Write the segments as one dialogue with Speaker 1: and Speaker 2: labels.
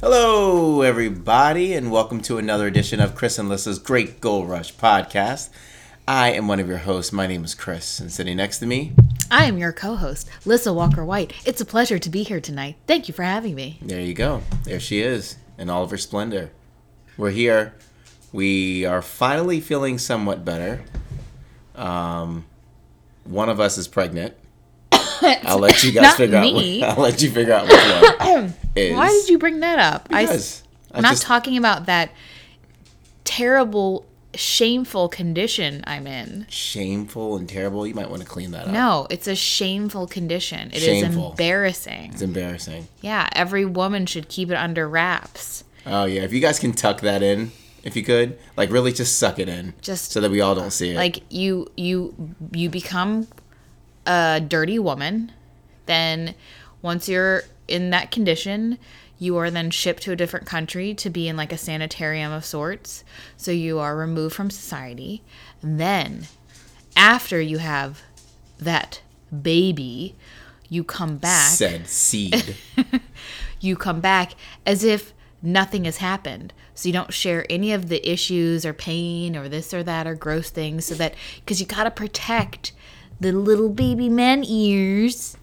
Speaker 1: Hello, everybody, and welcome to another edition of Chris and Lissa's Great Goal Rush podcast. I am one of your hosts. My name is Chris, and sitting next to me,
Speaker 2: I am your co host, Lissa Walker White. It's a pleasure to be here tonight. Thank you for having me.
Speaker 1: there you go. There she is in all of her splendor. We're here. We are finally feeling somewhat better. Um, one of us is pregnant. I'll let you guys
Speaker 2: Not
Speaker 1: figure
Speaker 2: me.
Speaker 1: out. What, I'll let you figure out which one is.
Speaker 2: Why did you bring that up? I,
Speaker 1: Because I
Speaker 2: am not
Speaker 1: just-
Speaker 2: talking about that terrible, shameful condition I'm in.
Speaker 1: shameful and terrible. You might want to clean that up.
Speaker 2: No, it's a shameful condition. It is
Speaker 1: Shameful.
Speaker 2: embarrassing.
Speaker 1: It's embarrassing.
Speaker 2: Yeah, every woman should keep it under wraps.
Speaker 1: Oh yeah, if you guys can tuck that in, if you could, like really just suck it in,
Speaker 2: Just-
Speaker 1: so that we all don't see it.
Speaker 2: Like you you you become a dirty woman, then once you're in that condition, you are then shipped to a different country to be in like a sanitarium of sorts. So you are removed from society. Then after you have that baby, you come back
Speaker 1: said seed.
Speaker 2: you come back as if nothing has happened. So you don't share any of the issues or pain or this or that or gross things so that because you got to protect the little baby man ears.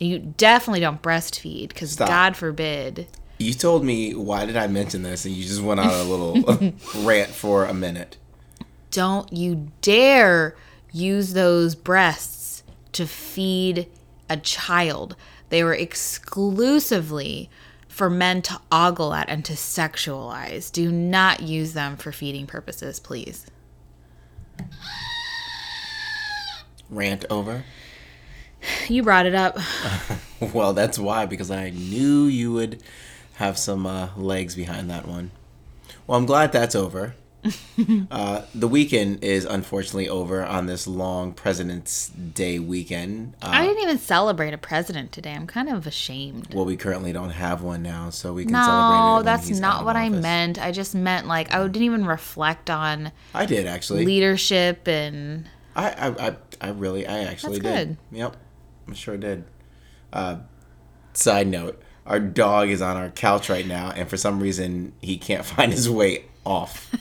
Speaker 2: And You definitely don't breastfeed because
Speaker 1: Stop.
Speaker 2: God forbid.
Speaker 1: you told me why did I mention this, and you just went on a little rant for a minute.
Speaker 2: Don't you dare use those breasts to feed a child. They were exclusively for men to ogle at and to sexualize. Do not use them for feeding purposes, please.
Speaker 1: Rant over.
Speaker 2: You brought it up.
Speaker 1: Well, that's why because I knew you would have some uh, legs behind that one. Well, I'm glad that's over. uh, the weekend is unfortunately over on this long President's Day weekend. Uh,
Speaker 2: I didn't even celebrate a president today. I'm kind of ashamed.
Speaker 1: well, we currently don't have one now, so we can celebrate. it
Speaker 2: No,
Speaker 1: when
Speaker 2: that's
Speaker 1: he's out
Speaker 2: not
Speaker 1: of
Speaker 2: what I
Speaker 1: office.
Speaker 2: meant. I just meant like I didn't even reflect on
Speaker 1: I did actually.
Speaker 2: leadership and
Speaker 1: I, I, I, I really, I actually
Speaker 2: That's
Speaker 1: did. Yep, I sure did. Uh, side note: Our dog is on our couch right now, and for some reason, he can't find his way off.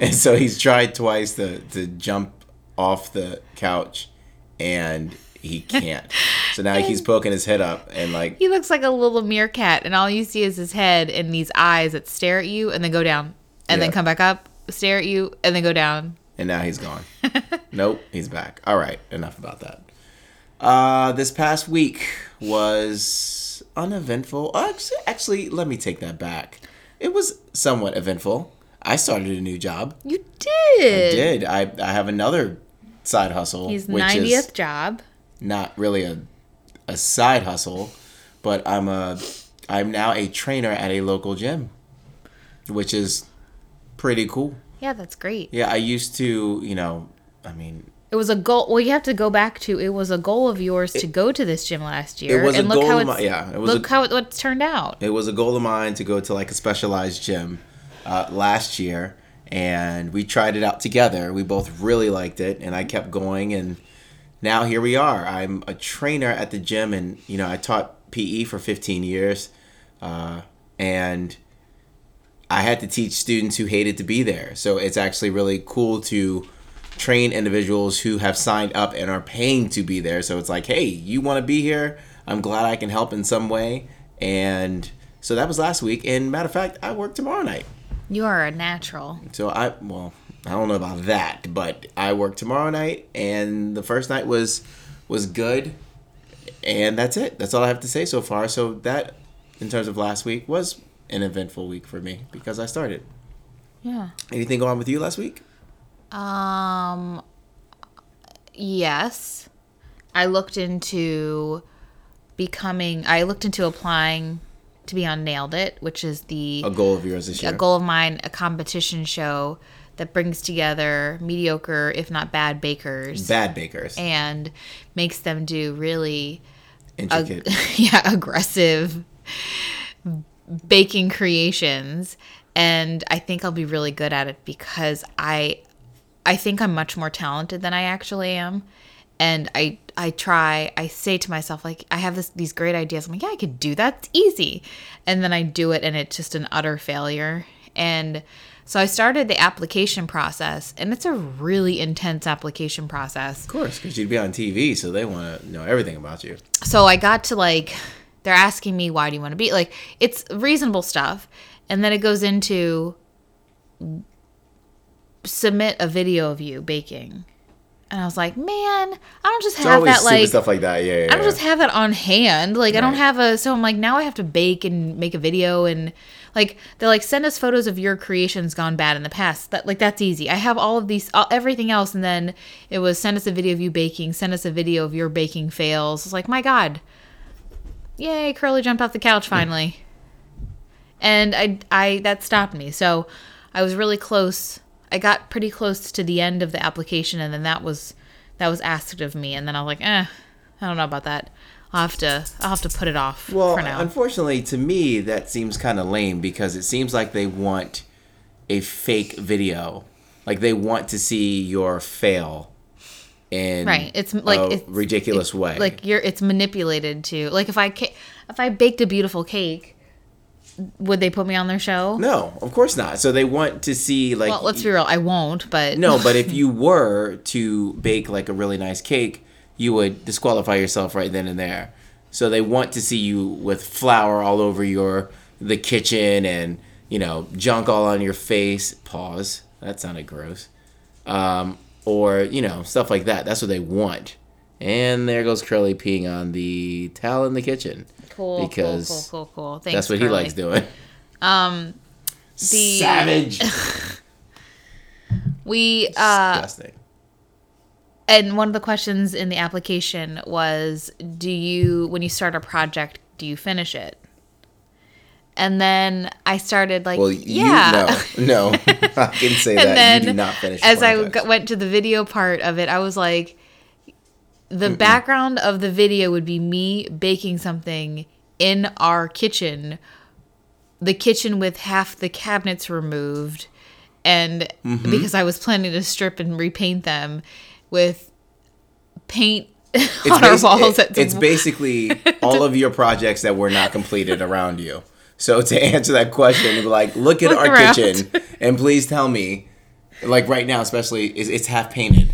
Speaker 1: and so he's tried twice to to jump off the couch, and he can't. So now he keeps poking his head up and like
Speaker 2: He looks like a little meerkat, and all you see is his head and these eyes that stare at you and then go down and then
Speaker 1: Yeah.
Speaker 2: come back up, stare at you, and then go down.
Speaker 1: and now he's gone. nope, he's back. All right, enough about that. Uh, this past week was uneventful. Actually, actually, let me take that back. It was somewhat eventful. I started a new job.
Speaker 2: You did.
Speaker 1: Did I? I have another side hustle,
Speaker 2: His
Speaker 1: which
Speaker 2: ninetieth
Speaker 1: is
Speaker 2: job.
Speaker 1: not really a a side hustle, but I'm a I'm now a trainer at a local gym, which is pretty cool.
Speaker 2: Yeah, that's great.
Speaker 1: Yeah, I used to, you know, I mean,
Speaker 2: It was a goal. Well, you have to go back to it was a goal of yours to go to this gym last year.
Speaker 1: it was a
Speaker 2: and look
Speaker 1: goal
Speaker 2: how
Speaker 1: of
Speaker 2: it's,
Speaker 1: mi- yeah, it was
Speaker 2: look
Speaker 1: a-
Speaker 2: how it, what's turned out.
Speaker 1: it was a goal of mine to go to like a specialized gym uh, last year and we tried it out together we both really liked it and i kept going and now here we are i'm a trainer at the gym and you know i taught pe for 15 years uh, and i had to teach students who hated to be there so it's actually really cool to train individuals who have signed up and are paying to be there. So it's like, hey, you want to be here? I'm glad I can help in some way. And so that was last week. And matter of fact, I work tomorrow night.
Speaker 2: You are a natural.
Speaker 1: So I, well, I don't know about that, but I work tomorrow night. And the first night was was good. And that's it. That's all I have to say so far. So that, in terms of last week, was an eventful week for me because I started.
Speaker 2: Yeah.
Speaker 1: Anything going on with you last week?
Speaker 2: Um yes. I looked into becoming. I looked into applying to be on Nailed It, which is the
Speaker 1: A goal of yours this year.
Speaker 2: a goal of mine, a competition show that brings together mediocre, if not bad, bakers
Speaker 1: Bad bakers.
Speaker 2: and makes them do really
Speaker 1: Intricate.
Speaker 2: yeah, aggressive baking creations and I think I'll be really good at it because I I think I'm much more talented than I actually am and I I try I say to myself like I have this these great ideas I'm like yeah I could do that it's easy and then I do it and it's just an utter failure and so I started the application process and it's a really intense application process
Speaker 1: of course, because you'd be on TV, so they want to know everything about you.
Speaker 2: so I got to like they're asking me why do you want to be like it's reasonable stuff and then it goes into submit a video of you baking and I was like man I don't just
Speaker 1: It's
Speaker 2: have
Speaker 1: always
Speaker 2: that
Speaker 1: stupid
Speaker 2: like
Speaker 1: stuff like that. Yeah, yeah.
Speaker 2: I don't
Speaker 1: yeah.
Speaker 2: just have that on hand like I don't
Speaker 1: Right.
Speaker 2: have a so I'm like now I have to bake and make a video and like they're like send us photos of your creations gone bad in the past that like that's easy I have all of these all, everything else and then it was send us a video of you baking send us a video of your baking fails it's like my god yay curly jumped off the couch finally and i i that stopped me so i was really close i got pretty close to the end of the application and then that was that was asked of me and then i was like eh i don't know about that i'll have to i'll have to put it off
Speaker 1: Well,
Speaker 2: for now
Speaker 1: unfortunately, to me, that seems kind of lame because it seems like they want a fake video. Like they want to see your fail in
Speaker 2: Right, it's m- like-
Speaker 1: a
Speaker 2: it's-
Speaker 1: Oh, ridiculous way.
Speaker 2: like you're it's manipulated to like if i ca- if i baked a beautiful cake would they put me on their show
Speaker 1: no, of course not. So they want to see like
Speaker 2: well let's be real i won't but
Speaker 1: no, but if you were to bake like a really nice cake, you would disqualify yourself right then and there. So they want to see you with flour all over your the kitchen and you know junk all on your face. Pause. That sounded gross. Um, or you know stuff like that. That's what they want. And there goes Curly peeing on the towel in the kitchen.
Speaker 2: cool
Speaker 1: Because
Speaker 2: cool cool cool, cool. Thanks,
Speaker 1: that's what he
Speaker 2: Curly. Um,
Speaker 1: likes doing. Um,
Speaker 2: the-
Speaker 1: savage.
Speaker 2: we uh
Speaker 1: Disgusting.
Speaker 2: And one of the questions in the application was Do you, when you start a project, do you finish it? And then I started like,
Speaker 1: Well,
Speaker 2: yeah.
Speaker 1: you no, no, I can say
Speaker 2: and
Speaker 1: that
Speaker 2: then
Speaker 1: you do not finish.
Speaker 2: as I
Speaker 1: projects.
Speaker 2: go- went to the video part of it, I was like, the background of the video would be me baking something in our kitchen, the kitchen with half the cabinets removed, and
Speaker 1: Mm-hmm.
Speaker 2: because I was planning to strip and repaint them with paint on our
Speaker 1: basi-
Speaker 2: walls.
Speaker 1: it-
Speaker 2: at
Speaker 1: it's basically all of your projects that were not completed around you. So to answer that question, like look at
Speaker 2: Look
Speaker 1: our
Speaker 2: around.
Speaker 1: kitchen and please tell me, like right now especially, it's, it's half painted.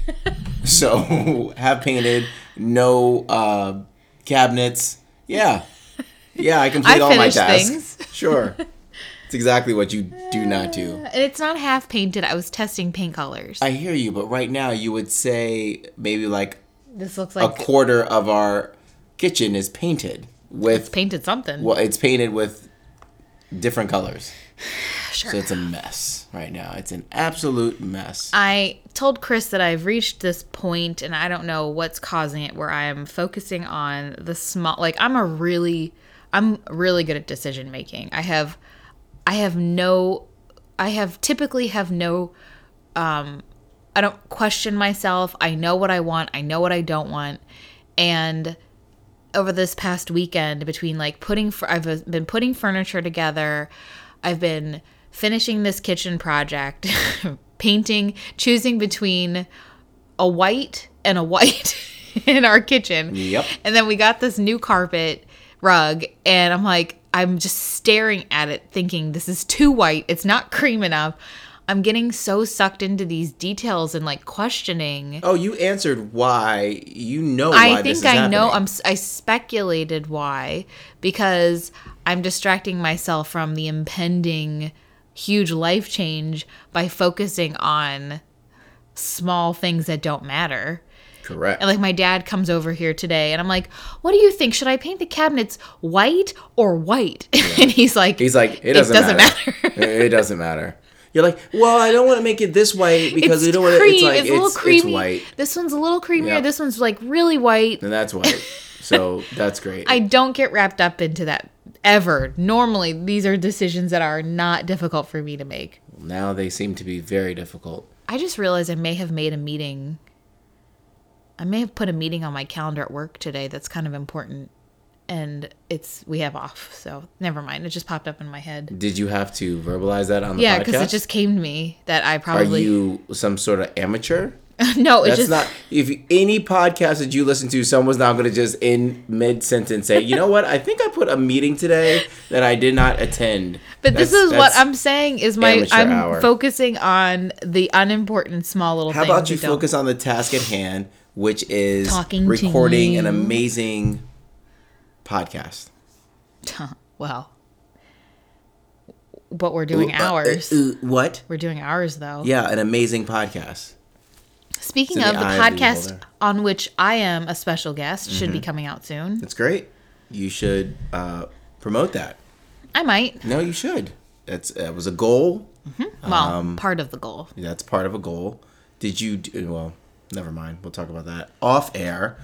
Speaker 1: so half painted, no uh, cabinets. Yeah, yeah, I complete
Speaker 2: I
Speaker 1: all my
Speaker 2: finish
Speaker 1: tasks.
Speaker 2: things.
Speaker 1: Sure, it's exactly what you do not do.
Speaker 2: and it's not half painted. I was testing paint colors.
Speaker 1: I hear you, but right now you would say maybe like
Speaker 2: this looks
Speaker 1: a
Speaker 2: like
Speaker 1: quarter of our kitchen is painted with
Speaker 2: painted something.
Speaker 1: well, it's painted with different colors.
Speaker 2: Sure.
Speaker 1: So it's a mess right now. It's an absolute mess.
Speaker 2: I told Chris that I've reached this point and I don't know what's causing it where I am focusing on the small like I'm a really I'm really good at decision making. I have I have no I have typically have no um, I don't question myself. I know what I want. I know what I don't want. And over this past weekend, between like putting, fur- I've uh, been putting furniture together. I've been finishing this kitchen project, painting, choosing between a white and a white in our kitchen.
Speaker 1: Yep.
Speaker 2: And then we got this new carpet rug, and I'm like, I'm just staring at it, thinking this is too white. It's not cream enough. I'm getting so sucked into these details and like questioning.
Speaker 1: oh, you answered why. You know why
Speaker 2: I
Speaker 1: this
Speaker 2: think
Speaker 1: is
Speaker 2: I know.
Speaker 1: happening.
Speaker 2: I'm. s- I speculated why because I'm distracting myself from the impending huge life change by focusing on small things that don't matter.
Speaker 1: correct.
Speaker 2: And like my dad comes over here today and I'm like, "What do you think? Should I paint the cabinets white or white?" and he's like
Speaker 1: He's like, it doesn't,
Speaker 2: doesn't
Speaker 1: matter.
Speaker 2: matter.
Speaker 1: it doesn't matter. You're like, well, I don't want to make it this white because we don't want to. It's like it's, it's,
Speaker 2: creamy.
Speaker 1: white,
Speaker 2: This one's a little creamier.
Speaker 1: Yeah.
Speaker 2: This one's like really white.
Speaker 1: and that's white. So that's great.
Speaker 2: I don't get wrapped up into that ever. Normally, these are decisions that are not difficult for me to make.
Speaker 1: now they seem to be very difficult.
Speaker 2: I just realized I may have made a meeting. I may have put a meeting on my calendar at work today that's kind of important and it's we have off. So, never mind. It just popped up in my head.
Speaker 1: Did you have to verbalize that on the
Speaker 2: Yeah,
Speaker 1: podcast?
Speaker 2: cuz it just came to me that I
Speaker 1: Are
Speaker 2: probably
Speaker 1: you some sort of amateur?
Speaker 2: No, it
Speaker 1: That's
Speaker 2: just
Speaker 1: not. If you- any podcast that you listen to, someone's not going to just in mid sentence say, "You know what? I think I put a meeting today that I did not attend."
Speaker 2: But this
Speaker 1: That's-
Speaker 2: is what
Speaker 1: that's-
Speaker 2: I'm saying is my
Speaker 1: amateur
Speaker 2: I'm
Speaker 1: hour.
Speaker 2: focusing on the unimportant small little
Speaker 1: How
Speaker 2: things.
Speaker 1: about you
Speaker 2: that don't-
Speaker 1: focus on the task at hand, which is
Speaker 2: Talking to
Speaker 1: recording an
Speaker 2: you.
Speaker 1: amazing podcast.
Speaker 2: well. But we're doing
Speaker 1: Uh, uh,
Speaker 2: ours.
Speaker 1: uh, what?
Speaker 2: We're doing ours though.
Speaker 1: Yeah, an amazing podcast.
Speaker 2: Speaking
Speaker 1: It's in
Speaker 2: of
Speaker 1: the
Speaker 2: the,
Speaker 1: eye of the
Speaker 2: podcast
Speaker 1: beholder. Mm-hmm.
Speaker 2: on which I am a special guest should be coming out soon.
Speaker 1: That's great. You should uh, promote that.
Speaker 2: I might.
Speaker 1: No, you should. That's that was a goal.
Speaker 2: Well,
Speaker 1: Um,
Speaker 2: part of the goal.
Speaker 1: That's part of a goal. Did you do well? Never mind. We'll talk about that off air.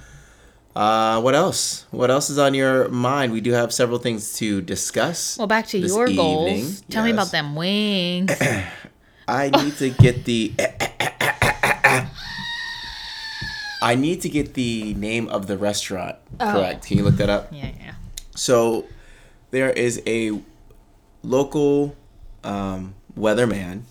Speaker 1: Uh, what else? What else is on your mind? We do have several things to discuss.
Speaker 2: Well, back to
Speaker 1: this
Speaker 2: your
Speaker 1: evening.
Speaker 2: goals. Tell me
Speaker 1: Yes.
Speaker 2: about them wings.
Speaker 1: I need to get the. I need to get the name of the restaurant
Speaker 2: Oh.
Speaker 1: correct. Can you look that up?
Speaker 2: yeah, yeah.
Speaker 1: So there is a local um, weatherman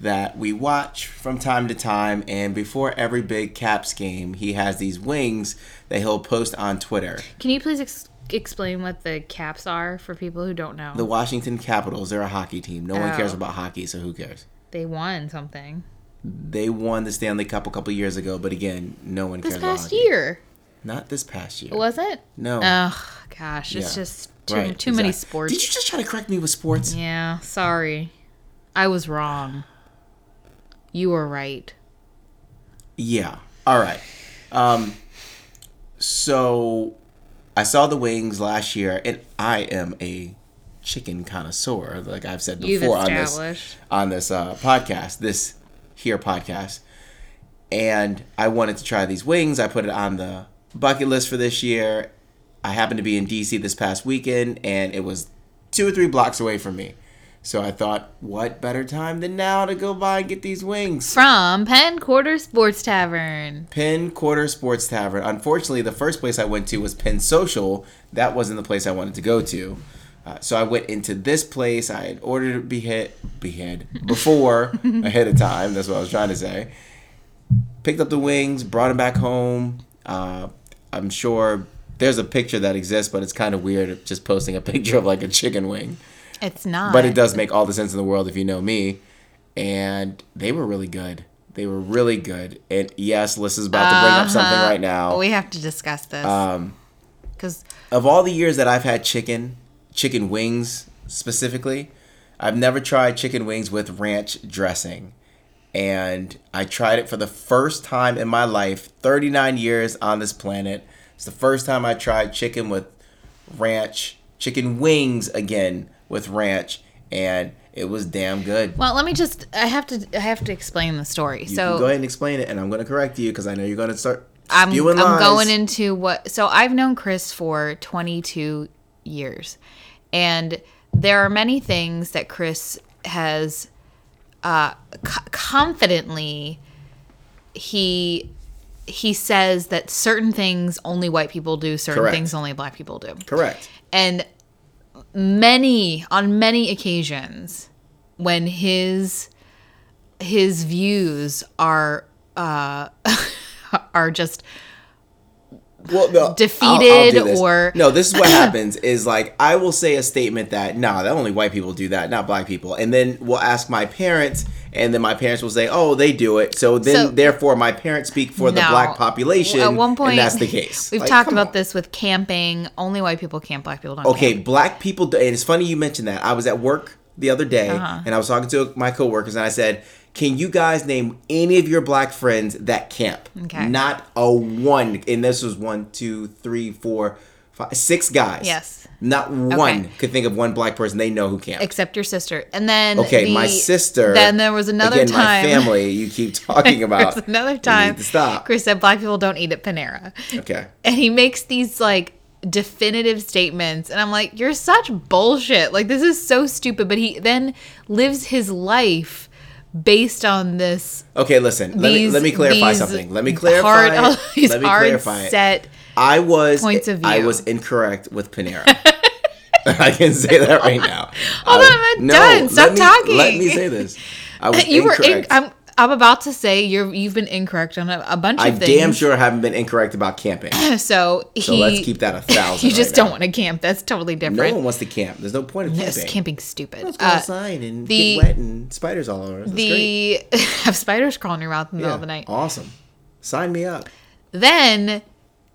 Speaker 1: that we watch from time to time, and before every big Caps game, he has these wings that he'll post on Twitter.
Speaker 2: Can you please ex- explain what the caps are for people who don't know?
Speaker 1: The Washington Capitals, they're a hockey team. No one cares
Speaker 2: Oh.
Speaker 1: about hockey, so who cares?
Speaker 2: they won something
Speaker 1: They won the Stanley Cup a couple years ago, but again, no one
Speaker 2: this
Speaker 1: cares about
Speaker 2: past
Speaker 1: hockey.
Speaker 2: year.
Speaker 1: Not this past year.
Speaker 2: Was it?
Speaker 1: No.
Speaker 2: Oh gosh, it's
Speaker 1: Yeah.
Speaker 2: just too
Speaker 1: Right,
Speaker 2: too many
Speaker 1: exact-
Speaker 2: sports.
Speaker 1: Did you just try to correct me with sports?
Speaker 2: yeah, sorry. I was wrong. You were right.
Speaker 1: Yeah. All right. Um, so I saw the wings last year, and I am a chicken connoisseur, like I've said
Speaker 2: You've
Speaker 1: before on this
Speaker 2: established.
Speaker 1: on this uh, podcast, this here podcast. And I wanted to try these wings. I put it on the bucket list for this year. I happened to be in DC this past weekend, and it was two or three blocks away from me. So I thought, what better time than now to go by and get these wings?
Speaker 2: From Penn Quarter Sports Tavern.
Speaker 1: Penn Quarter Sports Tavern. Unfortunately, the first place I went to was Penn Social. That wasn't the place I wanted to go to. Uh, so I went into this place. I had ordered behead, behead before ahead of time. That's what I was trying to say. Picked up the wings, brought them back home. Uh, I'm sure there's a picture that exists, but it's kind of weird just posting a picture of like a chicken wing.
Speaker 2: It's not.
Speaker 1: But it does make all the sense in the world if you know me. And they were really good. They were really good. And yes, Liz is about to bring up something right now.
Speaker 2: We have to discuss this.
Speaker 1: Um,
Speaker 2: Because
Speaker 1: Of all the years that I've had chicken, chicken wings specifically, I've never tried chicken wings with ranch dressing. And I tried it for the first time in my life, 39 years on this planet. It's the first time I tried chicken with ranch, chicken wings again with ranch, and it was damn good.
Speaker 2: well, let me just. I have to. I have to explain the story.
Speaker 1: You
Speaker 2: so
Speaker 1: can go ahead and explain it, and I'm going to correct you because I know you're going to start
Speaker 2: I'm,
Speaker 1: spewing
Speaker 2: I'm
Speaker 1: lies.
Speaker 2: going into what. So I've known Chris for 22 years, and there are many things that Chris has uh, co- confidently. He he says that certain things only white people do, certain
Speaker 1: Correct.
Speaker 2: things only black people do.
Speaker 1: Correct.
Speaker 2: and many on many occasions when his his views are uh are just
Speaker 1: well, no, I'll- I'll do
Speaker 2: defeated
Speaker 1: this.
Speaker 2: or-
Speaker 1: no this is what happens is like i will say a statement that nah that only white people do that not black people and then we'll ask my parents and then my parents will say oh they do it so then
Speaker 2: So-
Speaker 1: therefore my parents speak for the
Speaker 2: No.
Speaker 1: black population
Speaker 2: at one point
Speaker 1: and that's the case
Speaker 2: we've
Speaker 1: Like,
Speaker 2: talked
Speaker 1: come
Speaker 2: about
Speaker 1: on.
Speaker 2: this with camping only white people camp black people don't
Speaker 1: okay
Speaker 2: camp.
Speaker 1: black people do, and it's funny you mentioned that i was at work the other day
Speaker 2: Uh-huh.
Speaker 1: and i was talking to my coworkers and i said can you guys name any of your black friends that camp
Speaker 2: Okay.
Speaker 1: not a one and this was one two three four five, six guys.
Speaker 2: Yes.
Speaker 1: Not one could think of one black person they know who can't.
Speaker 2: except your sister. And then
Speaker 1: okay,
Speaker 2: the-
Speaker 1: my sister.
Speaker 2: Then there was another
Speaker 1: again,
Speaker 2: time.
Speaker 1: My family. You keep talking
Speaker 2: There
Speaker 1: about.
Speaker 2: was another
Speaker 1: You
Speaker 2: time.
Speaker 1: need to stop.
Speaker 2: Chris said black people don't eat at Panera,
Speaker 1: Okay.
Speaker 2: and he makes these like definitive statements, and I'm like, you're such bullshit. Like this is so stupid. But he then lives his life based on this.
Speaker 1: Okay. Listen. let me
Speaker 2: these-
Speaker 1: let me clarify
Speaker 2: these
Speaker 1: something. Let me
Speaker 2: hard-
Speaker 1: clarify. it.
Speaker 2: these
Speaker 1: let me
Speaker 2: hard
Speaker 1: clarify. it.
Speaker 2: set.
Speaker 1: I was
Speaker 2: points of
Speaker 1: I
Speaker 2: view.
Speaker 1: was incorrect with Panera. I can say that right now.
Speaker 2: Hold
Speaker 1: I-
Speaker 2: on, I'm not done.
Speaker 1: let
Speaker 2: Stop
Speaker 1: me- Let
Speaker 2: talking.
Speaker 1: me say this. I was
Speaker 2: You were. In,
Speaker 1: incorrect.
Speaker 2: I'm. I'm about to say you're. You've been incorrect on a, a bunch
Speaker 1: I
Speaker 2: of things.
Speaker 1: damn sure haven't been incorrect about camping. So
Speaker 2: So he.
Speaker 1: let's keep that a thousand.
Speaker 2: You just
Speaker 1: right
Speaker 2: don't
Speaker 1: now.
Speaker 2: want to camp. That's totally
Speaker 1: No
Speaker 2: different.
Speaker 1: one wants to camp. There's no point of camping.
Speaker 2: Yes, camping's stupid.
Speaker 1: Let's go
Speaker 2: Uh,
Speaker 1: outside and
Speaker 2: the-
Speaker 1: get wet and spiders all over us. That's great.
Speaker 2: the have spiders crawling in your mouth in the middle of the
Speaker 1: Yeah,
Speaker 2: night.
Speaker 1: Awesome. Sign me up.
Speaker 2: Then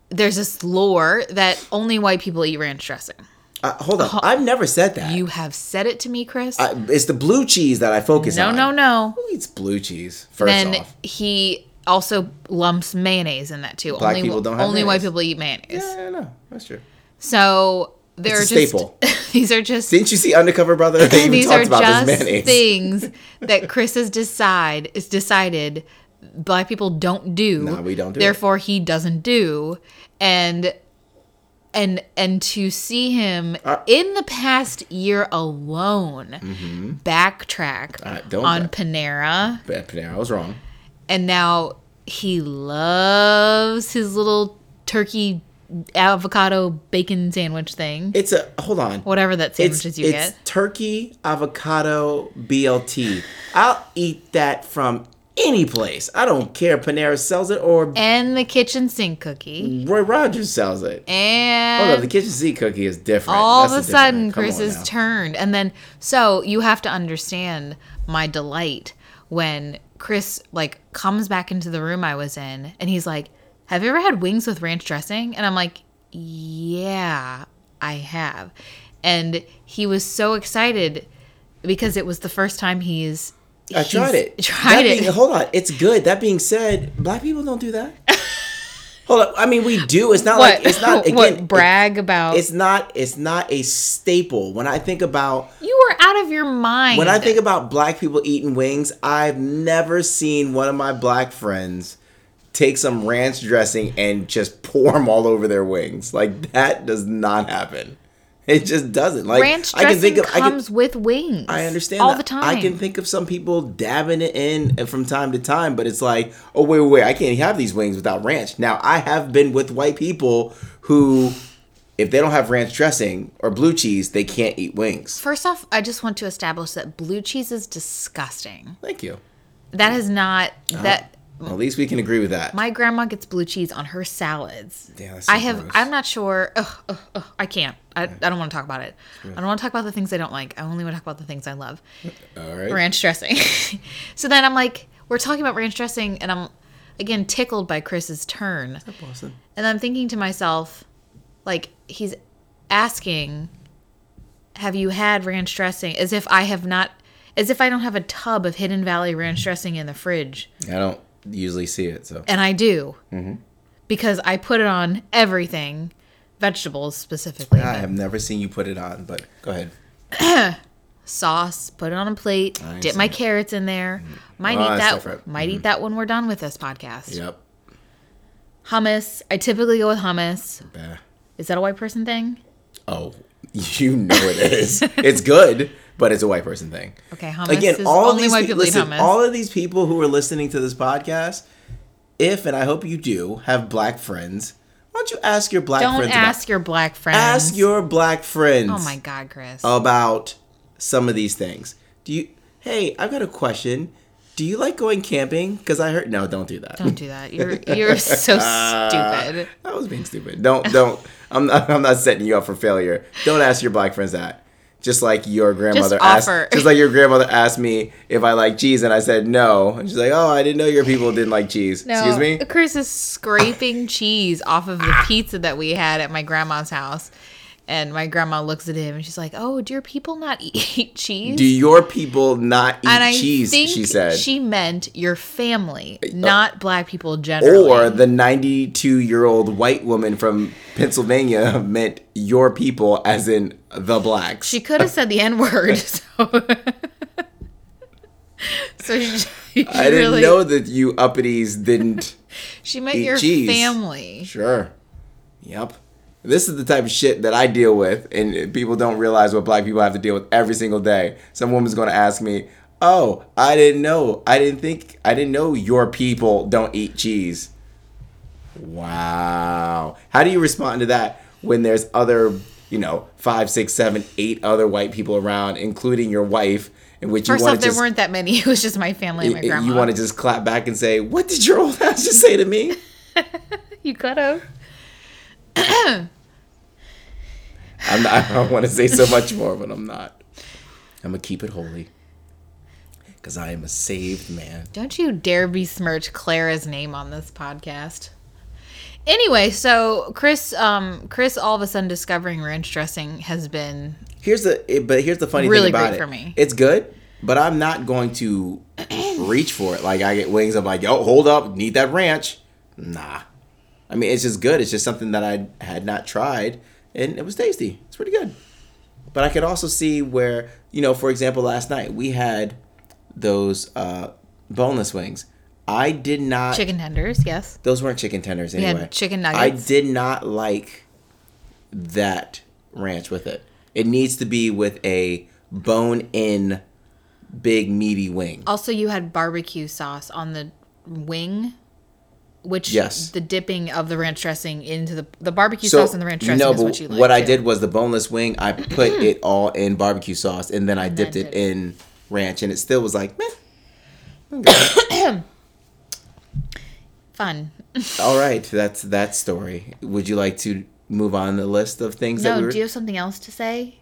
Speaker 2: there's this lore that only white people eat ranch dressing.
Speaker 1: Uh, hold on. I've never said that.
Speaker 2: You have said it to me, Chris.
Speaker 1: I, it's the blue cheese that I focus
Speaker 2: no,
Speaker 1: on.
Speaker 2: no, no.
Speaker 1: Who eats blue cheese? First
Speaker 2: Then
Speaker 1: off.
Speaker 2: he also lumps mayonnaise in that too.
Speaker 1: Black
Speaker 2: only
Speaker 1: people don't have
Speaker 2: only white
Speaker 1: mayonnaise.
Speaker 2: people eat mayonnaise.
Speaker 1: Yeah, no, that's true.
Speaker 2: So they're
Speaker 1: It's a
Speaker 2: just
Speaker 1: staple.
Speaker 2: these are just
Speaker 1: Didn't you see Undercover Brother? They even
Speaker 2: these
Speaker 1: talked
Speaker 2: are
Speaker 1: about
Speaker 2: just
Speaker 1: this mayonnaise.
Speaker 2: things that Chris has decide is decided black people don't do.
Speaker 1: No, we don't do it.
Speaker 2: Therefore, he doesn't do, and and and to see him
Speaker 1: Uh,
Speaker 2: in the past year alone backtrack
Speaker 1: Uh, Mm-hmm. don't
Speaker 2: on
Speaker 1: back-
Speaker 2: Panera,
Speaker 1: But Panera, I was wrong.
Speaker 2: and now he loves his little turkey avocado bacon sandwich thing.
Speaker 1: It's a hold on.
Speaker 2: Whatever that
Speaker 1: It's,
Speaker 2: sandwich is you
Speaker 1: it's
Speaker 2: get.
Speaker 1: turkey avocado BLT. I'll eat that from any place. I don't care if Panera sells it or
Speaker 2: And the kitchen sink cookie.
Speaker 1: Roy Rogers sells it.
Speaker 2: And
Speaker 1: Hold on, the kitchen seat cookie is different. Oh,
Speaker 2: all
Speaker 1: That's
Speaker 2: of a
Speaker 1: different-
Speaker 2: sudden,
Speaker 1: come
Speaker 2: Chris
Speaker 1: on
Speaker 2: is
Speaker 1: now.
Speaker 2: turned. And then, so you have to understand my delight when Chris, like, comes back into the room I was in and he's like, Have you ever had wings with ranch dressing? And I'm like, Yeah, I have. And he was so excited because it was the first time he's.
Speaker 1: I
Speaker 2: he's
Speaker 1: tried it.
Speaker 2: Tried
Speaker 1: That
Speaker 2: it.
Speaker 1: being- hold on, it's good. That being said, black people don't do that. hold on, I mean we do. It's not
Speaker 2: what?
Speaker 1: like it's not again.
Speaker 2: what? Brag about.
Speaker 1: It's not. It's not a staple. When I think about
Speaker 2: you were out of your mind.
Speaker 1: when I think about black people eating wings, I've never seen one of my black friends take some ranch dressing and just pour them all over their wings. Like that does not happen. It just doesn't. Like
Speaker 2: ranch dressing
Speaker 1: I
Speaker 2: comes with wings.
Speaker 1: I understand
Speaker 2: all
Speaker 1: that.
Speaker 2: the time.
Speaker 1: I can think of some people dabbing it in and from time to time, but it's like, oh wait, wait, wait, I can't have these wings without ranch. Now I have been with white people who, if they don't have ranch dressing or blue cheese, they can't eat wings.
Speaker 2: First off, I just want to establish that blue cheese is disgusting.
Speaker 1: Thank you.
Speaker 2: That is not
Speaker 1: Uh-huh.
Speaker 2: that.
Speaker 1: At least we can agree with that.
Speaker 2: My grandma gets blue cheese on her salads.
Speaker 1: Yeah, that's so
Speaker 2: I have.
Speaker 1: gross.
Speaker 2: I'm not sure. Ugh, ugh, ugh, I can't. I, I don't want to talk about it. I don't want to talk about the things I don't like. I only want to talk about the things I love.
Speaker 1: All right.
Speaker 2: ranch dressing. so then I'm like, we're talking about ranch dressing, and I'm again tickled by Chris's turn.
Speaker 1: Awesome.
Speaker 2: And I'm thinking to myself, like, he's asking, Have you had ranch dressing? As if I have not, as if I don't have a tub of Hidden Valley ranch dressing in the fridge.
Speaker 1: I don't usually see it, so
Speaker 2: And I do.
Speaker 1: Mm-hmm.
Speaker 2: Because I put it on everything, vegetables specifically,
Speaker 1: I
Speaker 2: but
Speaker 1: have never seen you put it on. But go ahead.
Speaker 2: sauce, put it on a plate, dip my carrots in there. Might
Speaker 1: Ah,
Speaker 2: eat
Speaker 1: that's
Speaker 2: that.
Speaker 1: different.
Speaker 2: Might eat that when we're done with this podcast.
Speaker 1: Yep.
Speaker 2: Hummus. I typically go with hummus.
Speaker 1: Bah.
Speaker 2: Is that a white person thing?
Speaker 1: Oh, you know it is. it's good, but it's a white person thing.
Speaker 2: Okay, hummus
Speaker 1: Again,
Speaker 2: is
Speaker 1: all of
Speaker 2: only
Speaker 1: these
Speaker 2: white
Speaker 1: pe-
Speaker 2: people eat
Speaker 1: listen,
Speaker 2: hummus.
Speaker 1: all of these people who are listening to this podcast, if and I hope you do have black friends, why don't you ask your black
Speaker 2: Don't
Speaker 1: friends?
Speaker 2: ask
Speaker 1: About,
Speaker 2: your black friends.
Speaker 1: ask your black friends
Speaker 2: Oh my god, Chris.
Speaker 1: about some of these things. Do you? Hey, I've got a question. Do you like going camping? Because I heard no. Don't do that.
Speaker 2: Don't do that. You're you're so
Speaker 1: Uh,
Speaker 2: stupid.
Speaker 1: I was being stupid. Don't don't. I'm not. I'm not setting you up for failure. Don't ask your black friends that. Just like your grandmother
Speaker 2: offer.
Speaker 1: asked. Just like your grandmother asked me if I like cheese, and I said no. And she's like, "Oh, I didn't know your people didn't like cheese." Excuse me.
Speaker 2: Chris is scraping cheese off of the pizza that we had at my grandma's house. And my grandma looks at him and she's like, "Oh, do your people not eat cheese?"
Speaker 1: Do your people not eat
Speaker 2: and I
Speaker 1: cheese?
Speaker 2: think
Speaker 1: She said. Uh,
Speaker 2: she meant your family, not black people generally.
Speaker 1: or the 92 year old white woman from Pennsylvania meant your people, as in the blacks.
Speaker 2: She could have said the N word. So, so she, she
Speaker 1: I didn't
Speaker 2: really,
Speaker 1: know that you uppities didn't.
Speaker 2: she meant
Speaker 1: eat
Speaker 2: your
Speaker 1: cheese.
Speaker 2: family.
Speaker 1: sure. Yep. This is the type of shit that I deal with, and people don't realize what black people have to deal with every single day. Some woman's gonna ask me, Oh, I didn't know. I didn't think, I didn't know your people don't eat cheese. Wow. How do you respond to that when there's other, you know, five, six, seven, eight other white people around, including your wife, in which you
Speaker 2: First
Speaker 1: want
Speaker 2: off,
Speaker 1: to
Speaker 2: there
Speaker 1: just
Speaker 2: weren't that many. It was just my family and my
Speaker 1: Y- y-
Speaker 2: grandma.
Speaker 1: You want to just clap back and say, "What did your old ass just say to me?"
Speaker 3: You could have.
Speaker 1: I'm not, I want to say so much more, but I'm not. I'm gonna keep it holy, cause I am a saved man.
Speaker 2: Don't you dare besmirch Clara's name on this podcast. Anyway, so Chris, um, Chris, all of a sudden discovering ranch dressing has been
Speaker 1: Here's the, it- but here's the funny
Speaker 2: Really
Speaker 1: thing about
Speaker 2: great
Speaker 1: it.
Speaker 2: for me.
Speaker 1: It's good, but I'm not going to reach for it. Like I get wings, I'm like, "Yo, hold up, need that ranch." Nah, I mean it's just good. It's just something that I had not tried, and it was tasty. It's pretty good. But I could also see where, you know, for example, last night we had those uh, boneless wings. I did not.
Speaker 2: chicken tenders. Yes,
Speaker 1: Those weren't chicken tenders
Speaker 2: had
Speaker 1: anyway.
Speaker 2: chicken
Speaker 1: I
Speaker 2: nuggets.
Speaker 1: did not like that ranch with it. It needs to be with a bone in big meaty wing.
Speaker 2: Also, you had barbecue sauce on the wing, which
Speaker 1: Yes.
Speaker 2: the dipping of the ranch dressing into the the barbecue sauce and the ranch
Speaker 1: you
Speaker 2: dressing
Speaker 1: know,
Speaker 2: is
Speaker 1: but
Speaker 2: what you like.
Speaker 1: I
Speaker 2: too. Mm.
Speaker 1: did was the boneless wing. I put it all in barbecue sauce, and then I dipped
Speaker 2: then
Speaker 1: it
Speaker 2: did it.
Speaker 1: in ranch, and it still was like, meh,
Speaker 2: fun.
Speaker 1: All right, that's that story. Would you like to move on the list of things that
Speaker 2: No,
Speaker 1: we were?
Speaker 2: do you have something else to say?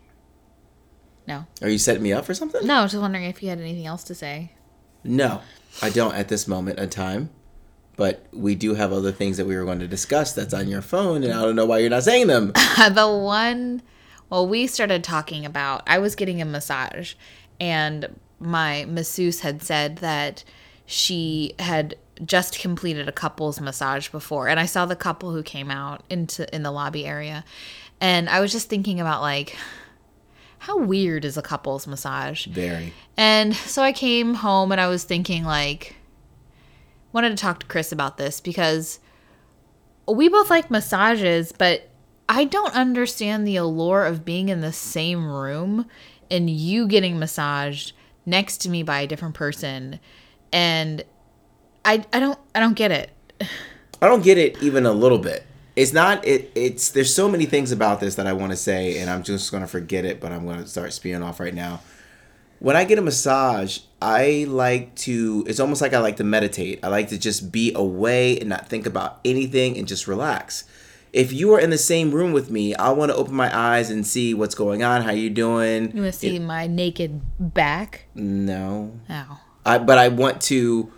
Speaker 2: No,
Speaker 1: Are you setting me up for something?
Speaker 2: no. I was Just wondering if you had anything else to say.
Speaker 1: No, I don't at this moment in time. But we do have other things that we were going to discuss that's on your phone, and I don't know why you're not saying them.
Speaker 2: the one well we started talking about i was getting a massage and my masseuse had said that she had just completed a couple's massage before and i saw the couple who came out into in the lobby area and i was just thinking about like how weird is a couple's massage
Speaker 1: Very.
Speaker 2: and so I came home and I was thinking, like, wanted to talk to Chris about this because we both like massages, but I don't understand the allure of being in the same room and you getting massaged next to me by a different person. And I, I don't I don't get it.
Speaker 1: I don't get it even a little bit. It's not it it's there's so many things about this that I want to say and I'm just going to forget it, but I'm going to start spewing off right now. When I get a massage, I like to it's almost like I like to meditate. I like to just be away and not think about anything and just relax. If you are in the same room with me, I want to open my eyes and see what's going on, how you doing.
Speaker 2: You want to see my naked back?
Speaker 1: No.
Speaker 2: Oh.
Speaker 1: I, but I want to,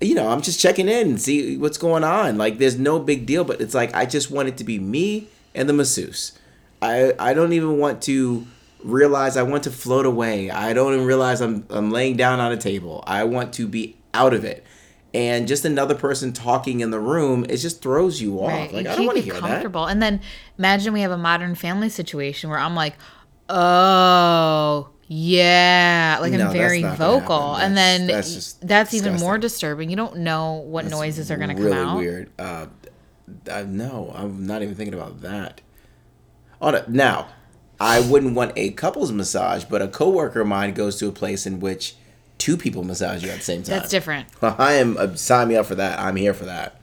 Speaker 1: you know, I'm just checking in, and see what's going on. Like, there's no big deal, but it's like I just want it to be me and the masseuse. I I don't even want to realize I want to float away. I don't even realize I'm I'm laying down on a table. I want to be out of it. And just another person talking in the room, it just throws you off.
Speaker 2: Right.
Speaker 1: Like
Speaker 2: you
Speaker 1: I
Speaker 2: can't
Speaker 1: don't want to
Speaker 2: be
Speaker 1: hear that.
Speaker 2: comfortable. And then imagine we have a modern family situation where I'm like, oh yeah, like
Speaker 1: No,
Speaker 2: I'm
Speaker 1: that's
Speaker 2: very
Speaker 1: not gonna
Speaker 2: vocal,
Speaker 1: happen.
Speaker 2: and
Speaker 1: That's-
Speaker 2: then
Speaker 1: that's
Speaker 2: that's,
Speaker 1: just
Speaker 2: even more
Speaker 1: disgusting.
Speaker 2: disturbing. You don't know what noises are going to
Speaker 1: really
Speaker 2: come out.
Speaker 1: weird. Uh, I, no, I'm not even thinking about that. On a, now, I wouldn't want a couple's massage, but a coworker of mine goes to a place in which two people massage you at the same time.
Speaker 2: That's different.
Speaker 1: I am uh, sign me up for that. I'm here for that.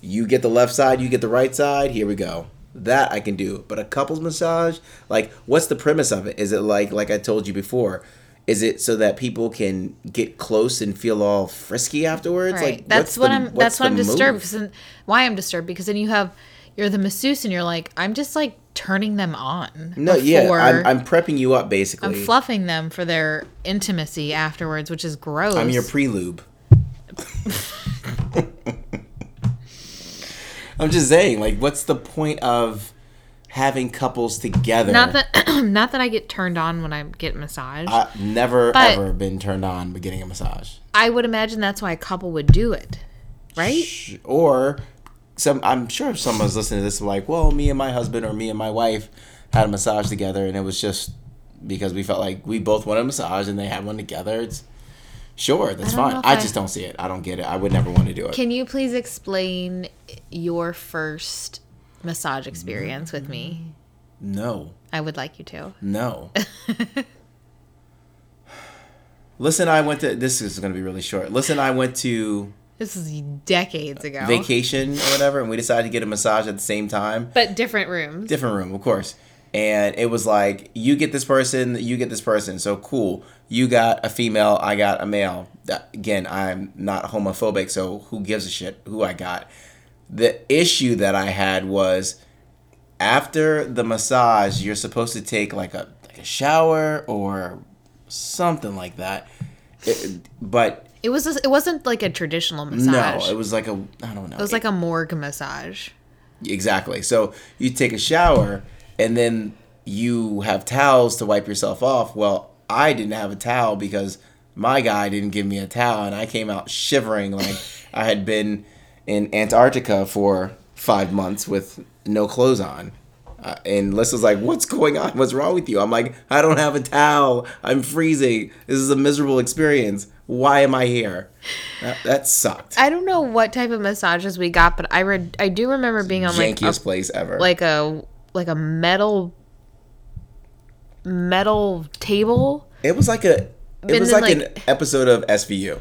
Speaker 1: You get the left side, you get the right side. Here we go. That I can do. But a couples massage, like, what's the premise of it? Is it like, like I told you before, is it so that people can get close and feel all frisky afterwards?
Speaker 2: Right.
Speaker 1: Like,
Speaker 2: that's what
Speaker 1: the-
Speaker 2: I'm.
Speaker 1: what's
Speaker 2: That's what I'm
Speaker 1: the
Speaker 2: disturbed.
Speaker 1: move?
Speaker 2: Because then, why I'm disturbed because then you have you're the masseuse and you're like I'm just like turning them on.
Speaker 1: No, yeah, I'm,
Speaker 2: before-
Speaker 1: I'm prepping you up basically.
Speaker 2: I'm fluffing them for their intimacy afterwards, which is gross.
Speaker 1: I'm your pre-lube. I'm just saying, like, what's the point of having couples together.
Speaker 2: Not that not that I get turned on when I get massage. I,
Speaker 1: I've never
Speaker 2: But-
Speaker 1: ever been turned on by getting a massage.
Speaker 2: would imagine that's why a couple would do it. Right?
Speaker 1: Sh- Or some I'm sure if someone's listening to this like, well, me and my husband or me and my wife had a massage together and it was just because we felt like we both wanted a massage and they had one together. It's sure, that's
Speaker 2: I don't
Speaker 1: fine.
Speaker 2: know if
Speaker 1: I
Speaker 2: I-
Speaker 1: just don't see it. I don't get it. I would never want to do it.
Speaker 2: Can you please explain your first massage experience with
Speaker 1: Mm-hmm.
Speaker 2: me?
Speaker 1: no.
Speaker 2: I would like you to.
Speaker 1: No. Listen, I went to this is going to be really short. Listen, I went to
Speaker 2: This is decades ago.
Speaker 1: vacation or whatever and we decided to get a massage at the same time.
Speaker 2: but different rooms.
Speaker 1: different room, of course. And it was like, you get this person, you get this person. So cool. You got a female, I got a male. That- Again, I'm not homophobic, so who gives a shit who I got? The issue that I had was after the massage, you're supposed to take like a like a shower or something like that. It- but
Speaker 2: it was a, it wasn't like a traditional massage.
Speaker 1: no, it was like a I don't know.
Speaker 2: it was like a morgue massage.
Speaker 1: Exactly. So you take a shower and then you have towels to wipe yourself off. Well, I didn't have a towel because my guy didn't give me a towel and I came out shivering like I had been in Antarctica for five months with no clothes on. Uh, and Lisa's like, What's going on? What's wrong with you? I'm like, I don't have a towel. I'm freezing. This is a miserable experience. Why am I here? That, that sucked.
Speaker 2: I don't know what type of massages we got, but I re- I do remember being on like "Oh, a,
Speaker 1: Jankiest place ever.
Speaker 2: like a like a metal metal table.
Speaker 1: It was like a. It
Speaker 2: And
Speaker 1: was
Speaker 2: then,
Speaker 1: like, an
Speaker 2: like-
Speaker 1: episode of SVU.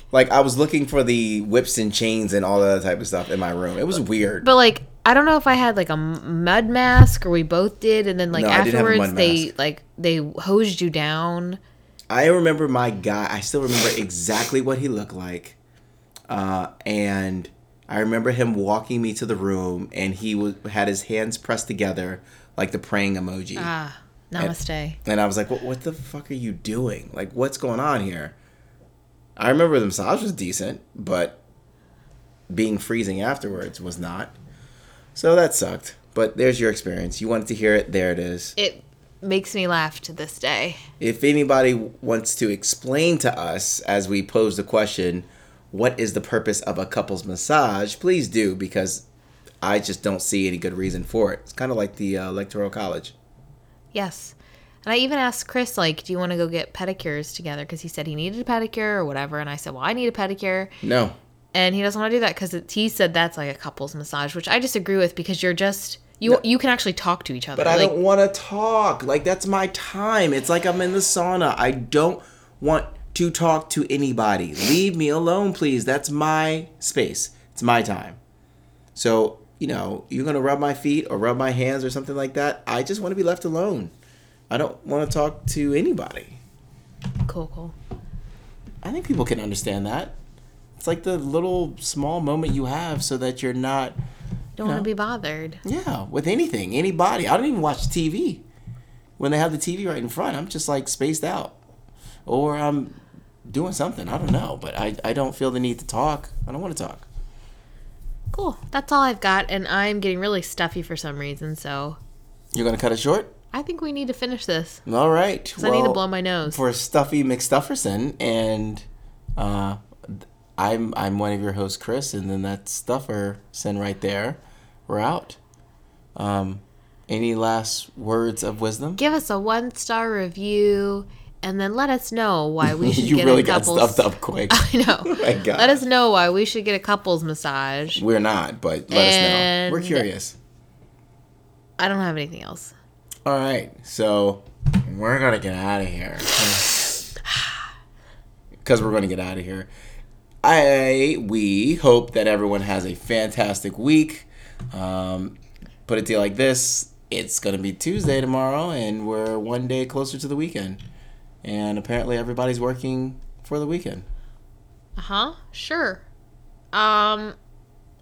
Speaker 1: like I was looking for the whips and chains and all that type of stuff in my room. It was weird.
Speaker 2: But like I don't know if I had like a m- mud mask or we both did, and then like
Speaker 1: No, I didn't have a
Speaker 2: afterwards
Speaker 1: mud
Speaker 2: they
Speaker 1: mask.
Speaker 2: like they hosed you down.
Speaker 1: I remember my guy. I still remember exactly what he looked like, uh, and I remember him walking me to the room, and he was, had his hands pressed together like the praying emoji.
Speaker 2: Ah, namaste.
Speaker 1: And I was like, what, what the fuck are you doing? Like, what's going on here? I remember the massage was decent, but being freezing afterwards was not. So that sucked. But there's your experience. You wanted to hear it. There it is.
Speaker 2: It makes me laugh to this day.
Speaker 1: If anybody wants to explain to us as we pose the question, what is the purpose of a couple's massage? Please do, because I just don't see any good reason for it. It's kind of like the uh, electoral college.
Speaker 2: Yes. And I even asked Chris, like, do you want to go get pedicures together? Because he said he needed a pedicure or whatever. And I said, well, I need a pedicure.
Speaker 1: No.
Speaker 2: And he doesn't want to do that because he said that's like a couple's massage, which I disagree with because you're just, you you can actually talk to each other.
Speaker 1: But I
Speaker 2: like,
Speaker 1: don't want to talk. Like that's my time. It's like I'm in the sauna. I don't want to talk to anybody. Leave me alone, please. That's my space. It's my time. So, you know, you're going to rub my feet or rub my hands or something like that. I just want to be left alone. I don't want to talk to anybody.
Speaker 2: cool, cool.
Speaker 1: I think people can understand that. It's like the little small moment you have so that you're not
Speaker 2: Don't want to be bothered.
Speaker 1: yeah, with anything, anybody. I don't even watch TV. When they have the TV right in front, I'm just like spaced out. Or I'm doing something. I don't know. But I, I don't feel the need to talk. I don't want to talk.
Speaker 2: Cool. That's all I've got. And I'm getting really stuffy for some reason. So
Speaker 1: You're going to cut it short?
Speaker 2: I think we need to finish this
Speaker 1: All right.
Speaker 2: 'cause I need to blow my nose.
Speaker 1: For Stuffy McStufferson. And uh, I'm, I'm one of your hosts, Chris. And then that's Stufferson right there. We're out. Um, any last words of wisdom?
Speaker 2: Give us a one star review and then let us know why we should
Speaker 1: you
Speaker 2: get
Speaker 1: really
Speaker 2: a
Speaker 1: got
Speaker 2: couple's
Speaker 1: stuffed up quick.
Speaker 2: I know.
Speaker 1: my God.
Speaker 2: Let us know why we should get a couples massage.
Speaker 1: We're not, but let us know. We're
Speaker 2: And-
Speaker 1: curious.
Speaker 2: I don't have anything else.
Speaker 1: All right, so we're gonna get out of here because we're gonna get out of here. I we hope that everyone has a fantastic week. Um, put it to you like this: it's gonna be Tuesday tomorrow, and we're one day closer to the weekend. And apparently, everybody's working for the weekend.
Speaker 2: Uh huh. Sure. Um.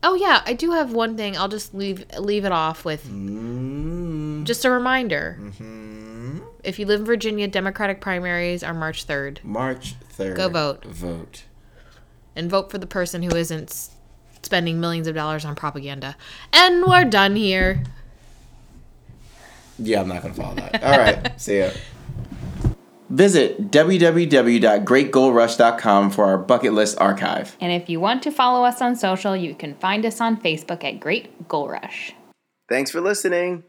Speaker 2: Oh yeah, I do have one thing. I'll just leave leave it off with
Speaker 1: Mm-hmm.
Speaker 2: just a reminder. If you live in Virginia, Democratic primaries are March third,
Speaker 1: March third.
Speaker 2: Go vote.
Speaker 1: Vote.
Speaker 2: and vote for the person who isn't s- spending millions of dollars on propaganda. And we're done here.
Speaker 1: Yeah, I'm not going to follow that. All right. See ya. Visit www.greatgoalrush.com for our bucket list archive.
Speaker 2: And if you want to follow us on social, you can find us on Facebook at Great Goal Rush.
Speaker 1: Thanks for listening.